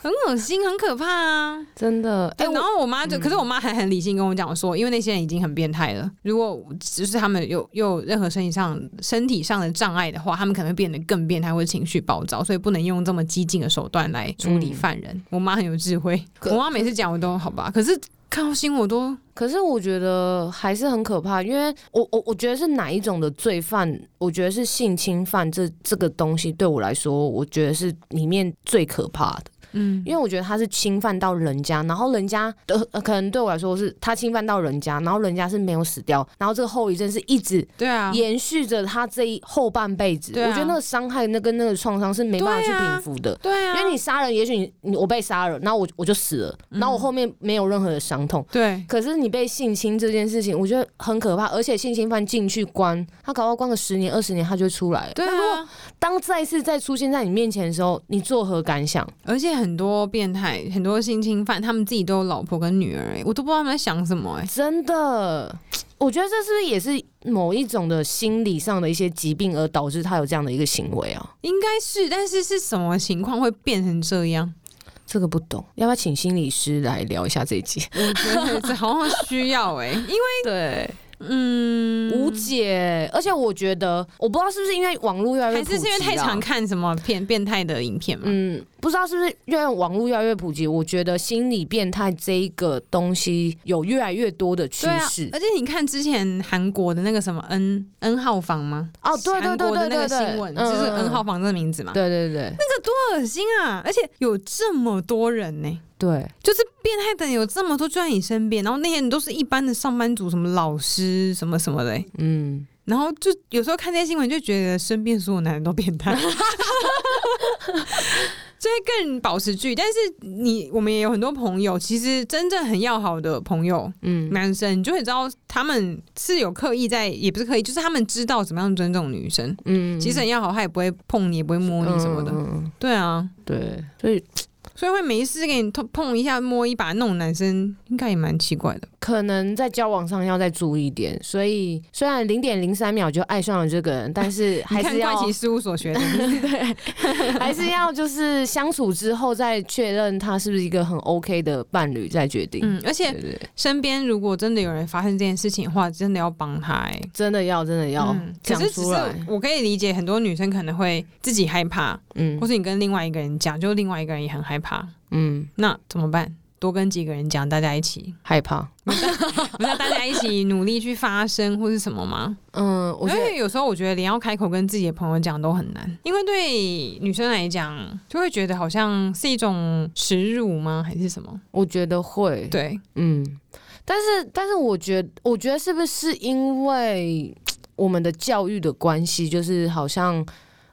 Speaker 2: 很恶心，很可怕啊。
Speaker 1: 真的，哎、
Speaker 2: 对，然
Speaker 1: 我
Speaker 2: 后我妈就，可是我妈还很理性跟我讲说，因为那些人已经很变态了，如果就是他们有又有任何身体上身体上的障碍的话，他们可能会变得更变态或者情绪暴躁，所以不能用这么激进的手段来处理犯人。我妈很有智慧，
Speaker 1: 嗯可
Speaker 2: 我妈每次讲我都好吧，可是看到新闻我都
Speaker 1: 可是我觉得还是很可怕，因为我我我觉得是哪一种的罪犯，我觉得是性侵犯这这个东西对我来说，我觉得是里面最可怕的，
Speaker 2: 嗯
Speaker 1: 因为我觉得他是侵犯到人家，然后人家的、呃可能对我来说是他侵犯到人家，然后人家是没有死掉，然后这个后遗症是一直
Speaker 2: 对啊，
Speaker 1: 延续着他这一后半辈子，
Speaker 2: 对啊
Speaker 1: 我觉得那个伤害那跟那个创伤是没办法去
Speaker 2: 对啊
Speaker 1: 平复的。
Speaker 2: 对啊，嗯
Speaker 1: 因为你杀人，也许你你我被杀了，然后我我就死了，然后我后面没有任何的伤痛，
Speaker 2: 对
Speaker 1: 可是你被性侵这件事情，我觉得很可怕，而且性侵犯进去关，他搞到关个十年二十年，他就会出来了。
Speaker 2: 对
Speaker 1: 那如果
Speaker 2: 啊，
Speaker 1: 当再次再出现在你面前的时候，你作何感想？
Speaker 2: 而且很多变态，很多性侵犯，他们自己都有老婆跟女儿、欸，我都不知道他们在想什么、欸，
Speaker 1: 真的，我觉得这是不是也是某一种的心理上的一些疾病，而导致他有这样的一个行为啊？
Speaker 2: 应该是，但是是什么情况会变成这样？
Speaker 1: 这个不懂，要不要请心理师来聊一下这一集？
Speaker 2: 我觉得这好像需要哎、因为
Speaker 1: 对，
Speaker 2: 嗯，
Speaker 1: 无解。而且我觉得，我不知道是不是因为网络越来越
Speaker 2: 还是是因为
Speaker 1: 普及
Speaker 2: 太
Speaker 1: 啊
Speaker 2: 常看什么片变态的影片嘛。
Speaker 1: 嗯，不知道是不是因为网络越来越普及，我觉得心理变态这一个东西有越来越多的趋
Speaker 2: 对啊
Speaker 1: 势，。
Speaker 2: 而且你看之前韩国的那个什么 N N 号房吗？
Speaker 1: 哦，对对
Speaker 2: 韩
Speaker 1: 对
Speaker 2: 国的
Speaker 1: 对对
Speaker 2: 那个
Speaker 1: 对，
Speaker 2: 新闻
Speaker 1: 嗯
Speaker 2: 就是
Speaker 1: 嗯
Speaker 2: N 号房这个名字嘛，
Speaker 1: 对对对，
Speaker 2: 那个多恶心啊！而且有这么多人呢、
Speaker 1: 对，
Speaker 2: 就是变态的人有这么多就在你身边，然后那些人都是一般的上班族，什么老师什么什么的、欸
Speaker 1: 嗯，
Speaker 2: 然后就有时候看这些新闻，就觉得身边所有男人都变 态，就会更保持距离。但是你我们也有很多朋友，其实真正很要好的朋友，
Speaker 1: 嗯
Speaker 2: 嗯，男生，你就会知道他们是有刻意在，也不是刻意，就是他们知道怎么样尊重女生。
Speaker 1: 嗯，
Speaker 2: 其实很要好，他也不会碰你，也不会摸你什么的。
Speaker 1: 嗯，嗯嗯
Speaker 2: 对啊，
Speaker 1: 对，所以
Speaker 2: 所以会没事给你碰碰一下、摸一把那种男生，应该也蛮奇怪的。
Speaker 1: 可能在交往上要再注意一点。所以虽然零点零三秒就爱上了这个人，但是还
Speaker 2: 你看
Speaker 1: 是
Speaker 2: 怪
Speaker 1: 要
Speaker 2: 奇事务所学的，
Speaker 1: 还是要就是相处之后再确认他是不是一个很 OK 的伴侣再决定。
Speaker 2: 嗯，而且
Speaker 1: 对对对，
Speaker 2: 身边如果真的有人发生这件事情的话，真的要帮他、欸。
Speaker 1: 真的要真的要
Speaker 2: 嗯可
Speaker 1: 讲
Speaker 2: 是只
Speaker 1: 出
Speaker 2: 是
Speaker 1: 来。
Speaker 2: 我可以理解，很多女生可能会自己害怕，
Speaker 1: 嗯
Speaker 2: 或是你跟另外一个人讲，就另外一个人也很害怕，
Speaker 1: 嗯，
Speaker 2: 那怎么办？多跟几个人讲，大家一起，
Speaker 1: 害怕。
Speaker 2: 不是大家一起努力去发声或是什么吗？
Speaker 1: 嗯，我
Speaker 2: 因
Speaker 1: 觉得
Speaker 2: 为有时候我觉得连要开口跟自己的朋友讲都很难，因为对女生来讲，就会觉得好像是一种耻辱吗？还是什么？
Speaker 1: 我觉得会。
Speaker 2: 对，
Speaker 1: 嗯，但是但是我觉得，我觉得是不是因为我们的教育的关系，就是好像。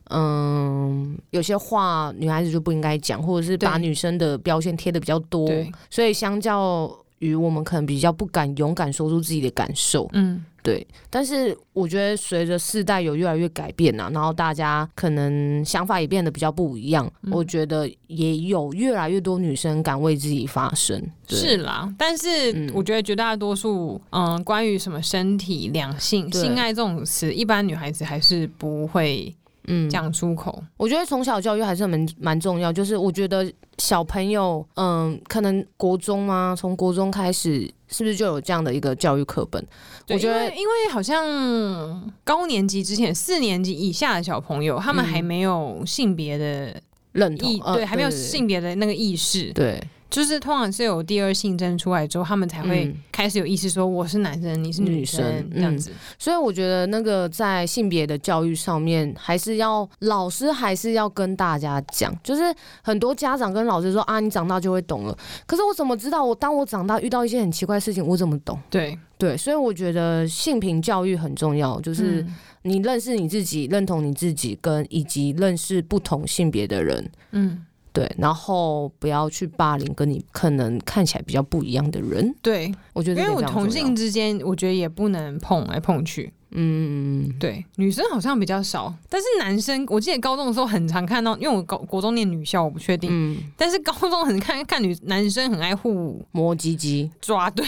Speaker 1: 嗯，有些话女孩子就不应该讲，或者是把
Speaker 2: 对
Speaker 1: 女生的标签贴的比较多，
Speaker 2: 对，
Speaker 1: 所以相较于我们可能比较不敢勇敢说出自己的感受，
Speaker 2: 嗯，
Speaker 1: 对。但是我觉得随着世代有越来越改变啊，然后大家可能想法也变得比较不一样，
Speaker 2: 嗯
Speaker 1: 我觉得也有越来越多女生敢为自己发声，对
Speaker 2: 是啦，但是
Speaker 1: 嗯
Speaker 2: 我觉得绝大多数，嗯、关于什么身体、两性、
Speaker 1: 对
Speaker 2: 性爱这种词，一般女孩子还是不会
Speaker 1: 嗯，
Speaker 2: 讲出口。
Speaker 1: 我觉得从小教育还是蛮蛮重要，就是我觉得小朋友，嗯，可能国中吗？从国中开始，是不是就有这样的一个教育课本？
Speaker 2: 对
Speaker 1: 我觉
Speaker 2: 因
Speaker 1: 得
Speaker 2: 为，因为好像高年级之前，四年级以下的小朋友，他们
Speaker 1: 嗯
Speaker 2: 还没有性别的
Speaker 1: 认同
Speaker 2: 意，，
Speaker 1: 呃
Speaker 2: 对，还没有，性别的那个意识，
Speaker 1: 对
Speaker 2: 就是通常是有第二性征出来之后，他们才会
Speaker 1: 嗯
Speaker 2: 开始有意识，说我是男生，你是
Speaker 1: 女
Speaker 2: 女
Speaker 1: 生
Speaker 2: 生这样
Speaker 1: 嗯
Speaker 2: 子。
Speaker 1: 所以我觉得那个在性别的教育上面，还是要老师还是要跟大家讲，就是很多家长跟老师说啊，你长大就会懂了。可是我怎么知道我当我长大遇到一些很奇怪的事情，我怎么懂？
Speaker 2: 对，
Speaker 1: 对，所以我觉得性平教育很重要，就是。
Speaker 2: 嗯
Speaker 1: 你认识你自己，认同你自己，跟以及认识不同性别的人，
Speaker 2: 嗯。
Speaker 1: 对，然后不要去霸凌跟你可能看起来比较不一样的人。
Speaker 2: 对，
Speaker 1: 我觉
Speaker 2: 因
Speaker 1: 得这点
Speaker 2: 为我
Speaker 1: 非常重
Speaker 2: 同
Speaker 1: 要
Speaker 2: 性，之间，我觉得也不能碰来碰去。
Speaker 1: 嗯，嗯，
Speaker 2: 对，女生好像比较少，但是男生，我记得高中的时候很常看到，因为我高国中念女校，我不确定，
Speaker 1: 嗯嗯，
Speaker 2: 但是高中很看看女男生很爱互
Speaker 1: 磨唧唧，
Speaker 2: 抓， 对，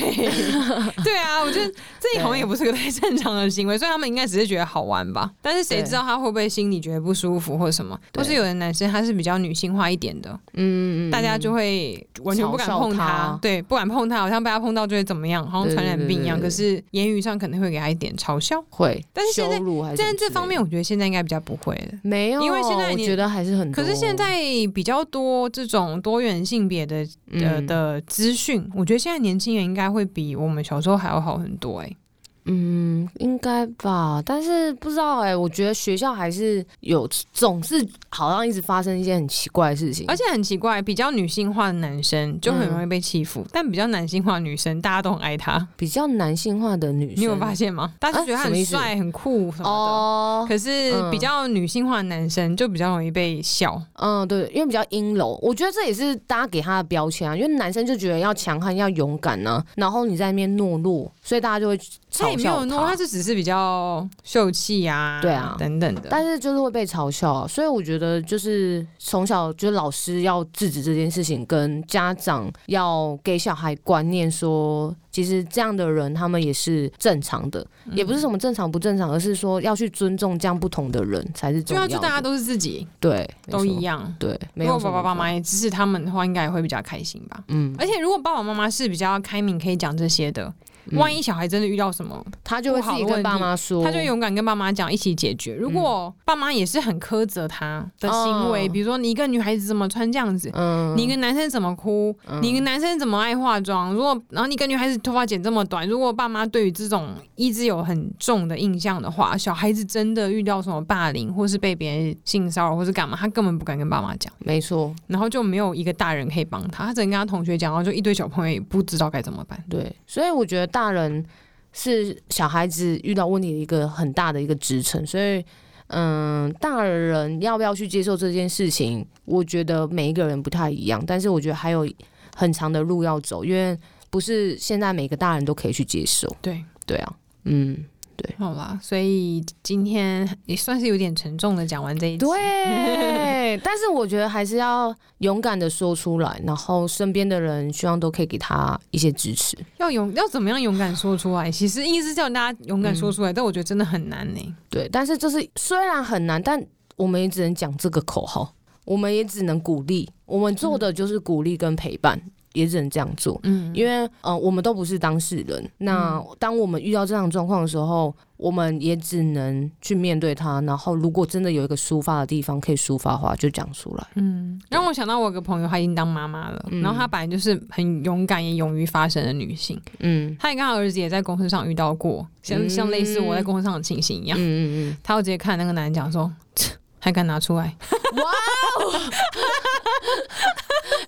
Speaker 2: 对啊，我觉得这好像
Speaker 1: 对
Speaker 2: 也不是个太正常的行为，所以他们应该只是觉得好玩吧，但是谁
Speaker 1: 对
Speaker 2: 知道他会不会心里觉得不舒服或者什么，
Speaker 1: 对
Speaker 2: 或是有的男生他是比较女性化一点的，
Speaker 1: 嗯，嗯嗯
Speaker 2: 大家就会完全不敢碰
Speaker 1: 嘲笑他
Speaker 2: 对，不敢碰他，好像被他碰到就会怎么样，好像传染病一样。
Speaker 1: 对对
Speaker 2: 可是言语上可能会给他一点嘲笑，
Speaker 1: 会，
Speaker 2: 但是现在
Speaker 1: 羞辱还是什么
Speaker 2: 但是这
Speaker 1: 之类
Speaker 2: 方面
Speaker 1: 的
Speaker 2: 我觉得现在应该比较不会了。
Speaker 1: 没有，
Speaker 2: 因为现在
Speaker 1: 我
Speaker 2: 你
Speaker 1: 觉得还是很多，
Speaker 2: 可是现在比较多这种多元性别的呃的
Speaker 1: 嗯
Speaker 2: 的资讯，我觉得现在年轻人应该会比我们小时候还要好很多、欸。
Speaker 1: 嗯，应该吧，但是不知道哎、我觉得学校还是有，总是好像一直发生一些很奇怪的事情，
Speaker 2: 而且很奇怪，比较女性化的男生就很容易被欺负，
Speaker 1: 嗯
Speaker 2: 但比较男性化的女生大家都很爱他。
Speaker 1: 比较男性化的女生，啊
Speaker 2: 你有发现吗？大家就觉得他
Speaker 1: 什么意
Speaker 2: 很
Speaker 1: 思
Speaker 2: 帅、很酷什么的。
Speaker 1: 哦，
Speaker 2: 可是比较女性化的男生就比较容易被笑，
Speaker 1: 嗯，对，因为比较阴柔，我觉得这也是大家给他的标签啊。因为男生就觉得要强悍、要勇敢呢、然后你在那边懦弱，所以大家就会
Speaker 2: 他也
Speaker 1: 嘲
Speaker 2: 没
Speaker 1: 笑
Speaker 2: 有弄，他就只是比较秀气啊，
Speaker 1: 对啊
Speaker 2: 等等的。
Speaker 1: 但是就是会被嘲笑啊。所以我觉得就是从小就是老师要制止这件事情，跟家长要给小孩观念说，其实这样的人他们也是正常的，
Speaker 2: 嗯
Speaker 1: 也不是什么正常不正常，而是说要去尊重这样不同的人才是重
Speaker 2: 就
Speaker 1: 要
Speaker 2: 要
Speaker 1: 的。
Speaker 2: 啊就大家都是自己，
Speaker 1: 对
Speaker 2: 都一
Speaker 1: 样，
Speaker 2: 样。
Speaker 1: 对，没
Speaker 2: 如
Speaker 1: 有
Speaker 2: 果
Speaker 1: 什
Speaker 2: 爸
Speaker 1: 么
Speaker 2: 爸妈
Speaker 1: 不好
Speaker 2: 妈也支持他们的话，应该也会比较开心吧。
Speaker 1: 嗯
Speaker 2: 而且如果爸爸妈妈是比较开明，可以讲这些的，
Speaker 1: 嗯
Speaker 2: 万一小孩真的遇到什么，
Speaker 1: 他就会自己跟爸妈说，
Speaker 2: 他就勇敢跟爸妈讲，一起解
Speaker 1: 嗯
Speaker 2: 决。如果爸妈也是很苛责他的行为，
Speaker 1: 哦
Speaker 2: 比如说你一个女孩子怎么穿这样子，
Speaker 1: 嗯
Speaker 2: 你一个男生怎么哭，你一个男生怎么爱化妆，如果然后你一个女孩子头发剪这么短，如果爸妈对于这种一直有很重的印象的话，小孩子真的遇到什么霸凌，或是被别人性骚扰，或是干嘛，他根本不敢跟爸妈讲，
Speaker 1: 没错，
Speaker 2: 然后就没有一个大人可以帮他，他只能跟他同学讲，然后就一堆小朋友也不知道该怎么办。
Speaker 1: 对，所以我觉得大人是小孩子遇到问题的一个很大的一个支撑，所以。嗯，大人要不要去接受这件事情？我觉得每一个人不太一样，但是我觉得还有很长的路要走，因为不是现在每个大人都可以去接受。
Speaker 2: 对，
Speaker 1: 对啊，嗯，
Speaker 2: 好啦，所以今天也算是有点沉重的讲完这一集。
Speaker 1: 啊对。但是我觉得还是要勇敢的说出来，然后身边的人希望都可以给他一些支持。
Speaker 2: 要勇要怎么样勇敢说出来？其实意思是叫大家勇敢说出来，但我觉得真的很难呢、
Speaker 1: 对，但是就是虽然很难，但我们也只能讲这个口号，我们也只能鼓励，我们做的就是鼓励跟陪伴，也只能这样做。
Speaker 2: 嗯，
Speaker 1: 因为呃，我们都不是当事人，那当我们遇到这样的状况的时候，我们也只能去面对它。然后，如果真的有一个抒发的地方可以抒发的话，就讲出来。
Speaker 2: 嗯，让我想到我有个朋友，她已经当妈妈了，
Speaker 1: 嗯
Speaker 2: 然后她本来就是很勇敢也勇于发声的女性，
Speaker 1: 嗯
Speaker 2: 她也跟她儿子也在公司上遇到过，像、
Speaker 1: 嗯
Speaker 2: 像类似我在公司上的情形一
Speaker 1: 嗯
Speaker 2: 样，
Speaker 1: 嗯
Speaker 2: 她要直接看那个男人讲说，切还敢拿出来，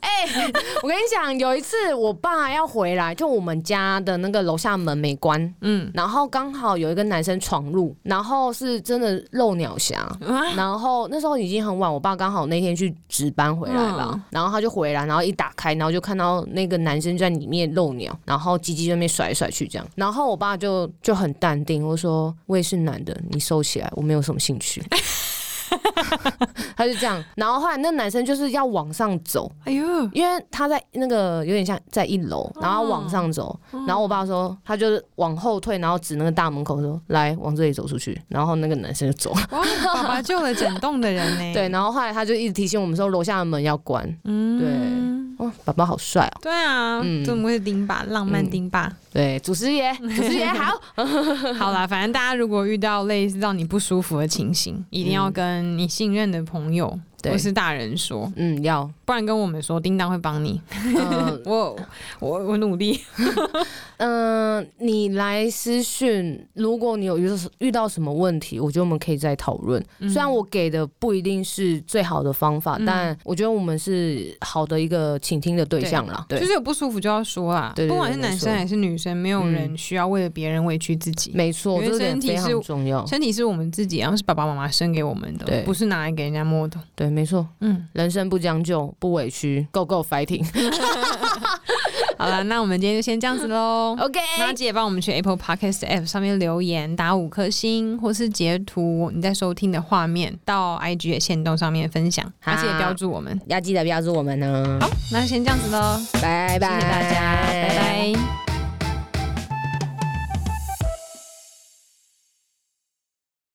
Speaker 1: 嗯， 我跟你讲，有一次我爸要回来，就我们家的那个楼下门没关，
Speaker 2: 嗯
Speaker 1: 然后刚好有一个男生闯入，然后是真的露鸟侠。
Speaker 2: 啊，
Speaker 1: 然后那时候已经很晚，我爸刚好那天去值班回来吧，
Speaker 2: 嗯
Speaker 1: 然后他就回来，然后一打开，然后就看到那个男生在里面露鸟，然后鸡鸡在那边甩来甩去这样，然后我爸就就很淡定，我说我也是男的，你收起来，我没有什么兴趣。 他就这样，然后后来那男生就是要往上走，
Speaker 2: 哎呦，
Speaker 1: 因为他在那个有点像在一楼，然后往上走，然后我爸说他就是往后退，然后指那个大门口说来往这里走出去，然后那个男生就走了。
Speaker 2: 哇，爸爸救了整栋的人 呢、
Speaker 1: 对，，然后后来他就一直提醒我们说楼下的门要关。嗯，对，哇，爸爸好帅哦。
Speaker 2: 对啊，
Speaker 1: 嗯
Speaker 2: 怎么会丁吧？浪漫丁吧？
Speaker 1: 对，祖师爷，祖师爷好。嗯
Speaker 2: 好啦，反正大家如果遇到类似让你不舒服的情形，一定要跟你信任的朋友
Speaker 1: 对
Speaker 2: 或是大人说，
Speaker 1: 嗯，要，
Speaker 2: 不然跟我们说，叮当会帮你。
Speaker 1: 嗯
Speaker 2: 我我我努力。
Speaker 1: 嗯，你来私讯，如果你有遇到遇到什么问题，我觉得我们可以再讨论。虽然我给的不一定是最好的方法，
Speaker 2: 嗯
Speaker 1: 但我觉得我们是好的一个倾听的对象啦。对，
Speaker 2: 就是有不舒服就要说啦，
Speaker 1: 对对对嗯
Speaker 2: 不管是男生还是女生，没有人需要为了别人委屈自己。
Speaker 1: 没错，
Speaker 2: 因为
Speaker 1: 这点
Speaker 2: 身体
Speaker 1: 非
Speaker 2: 是
Speaker 1: 常重要。
Speaker 2: 身体是我们自己，然后是爸爸妈妈生给我们的，
Speaker 1: 对
Speaker 2: 不是拿来给人家摸 的。
Speaker 1: 对，没错，
Speaker 2: 嗯，
Speaker 1: 人生不将就，不委屈，Go Go fighting。
Speaker 2: 好了，那我们今天就先这样子喽。
Speaker 1: OK，
Speaker 2: 那记得帮我们去 Apple Podcast App 上面留言，打五颗星，或是截图你在收听的画面到 IG 的线动上面分享，
Speaker 1: 好
Speaker 2: 而且标注我们。
Speaker 1: 要记得标注我们呢。哦
Speaker 2: 那先这样子喽，
Speaker 1: 拜拜，
Speaker 2: 谢谢大家，拜拜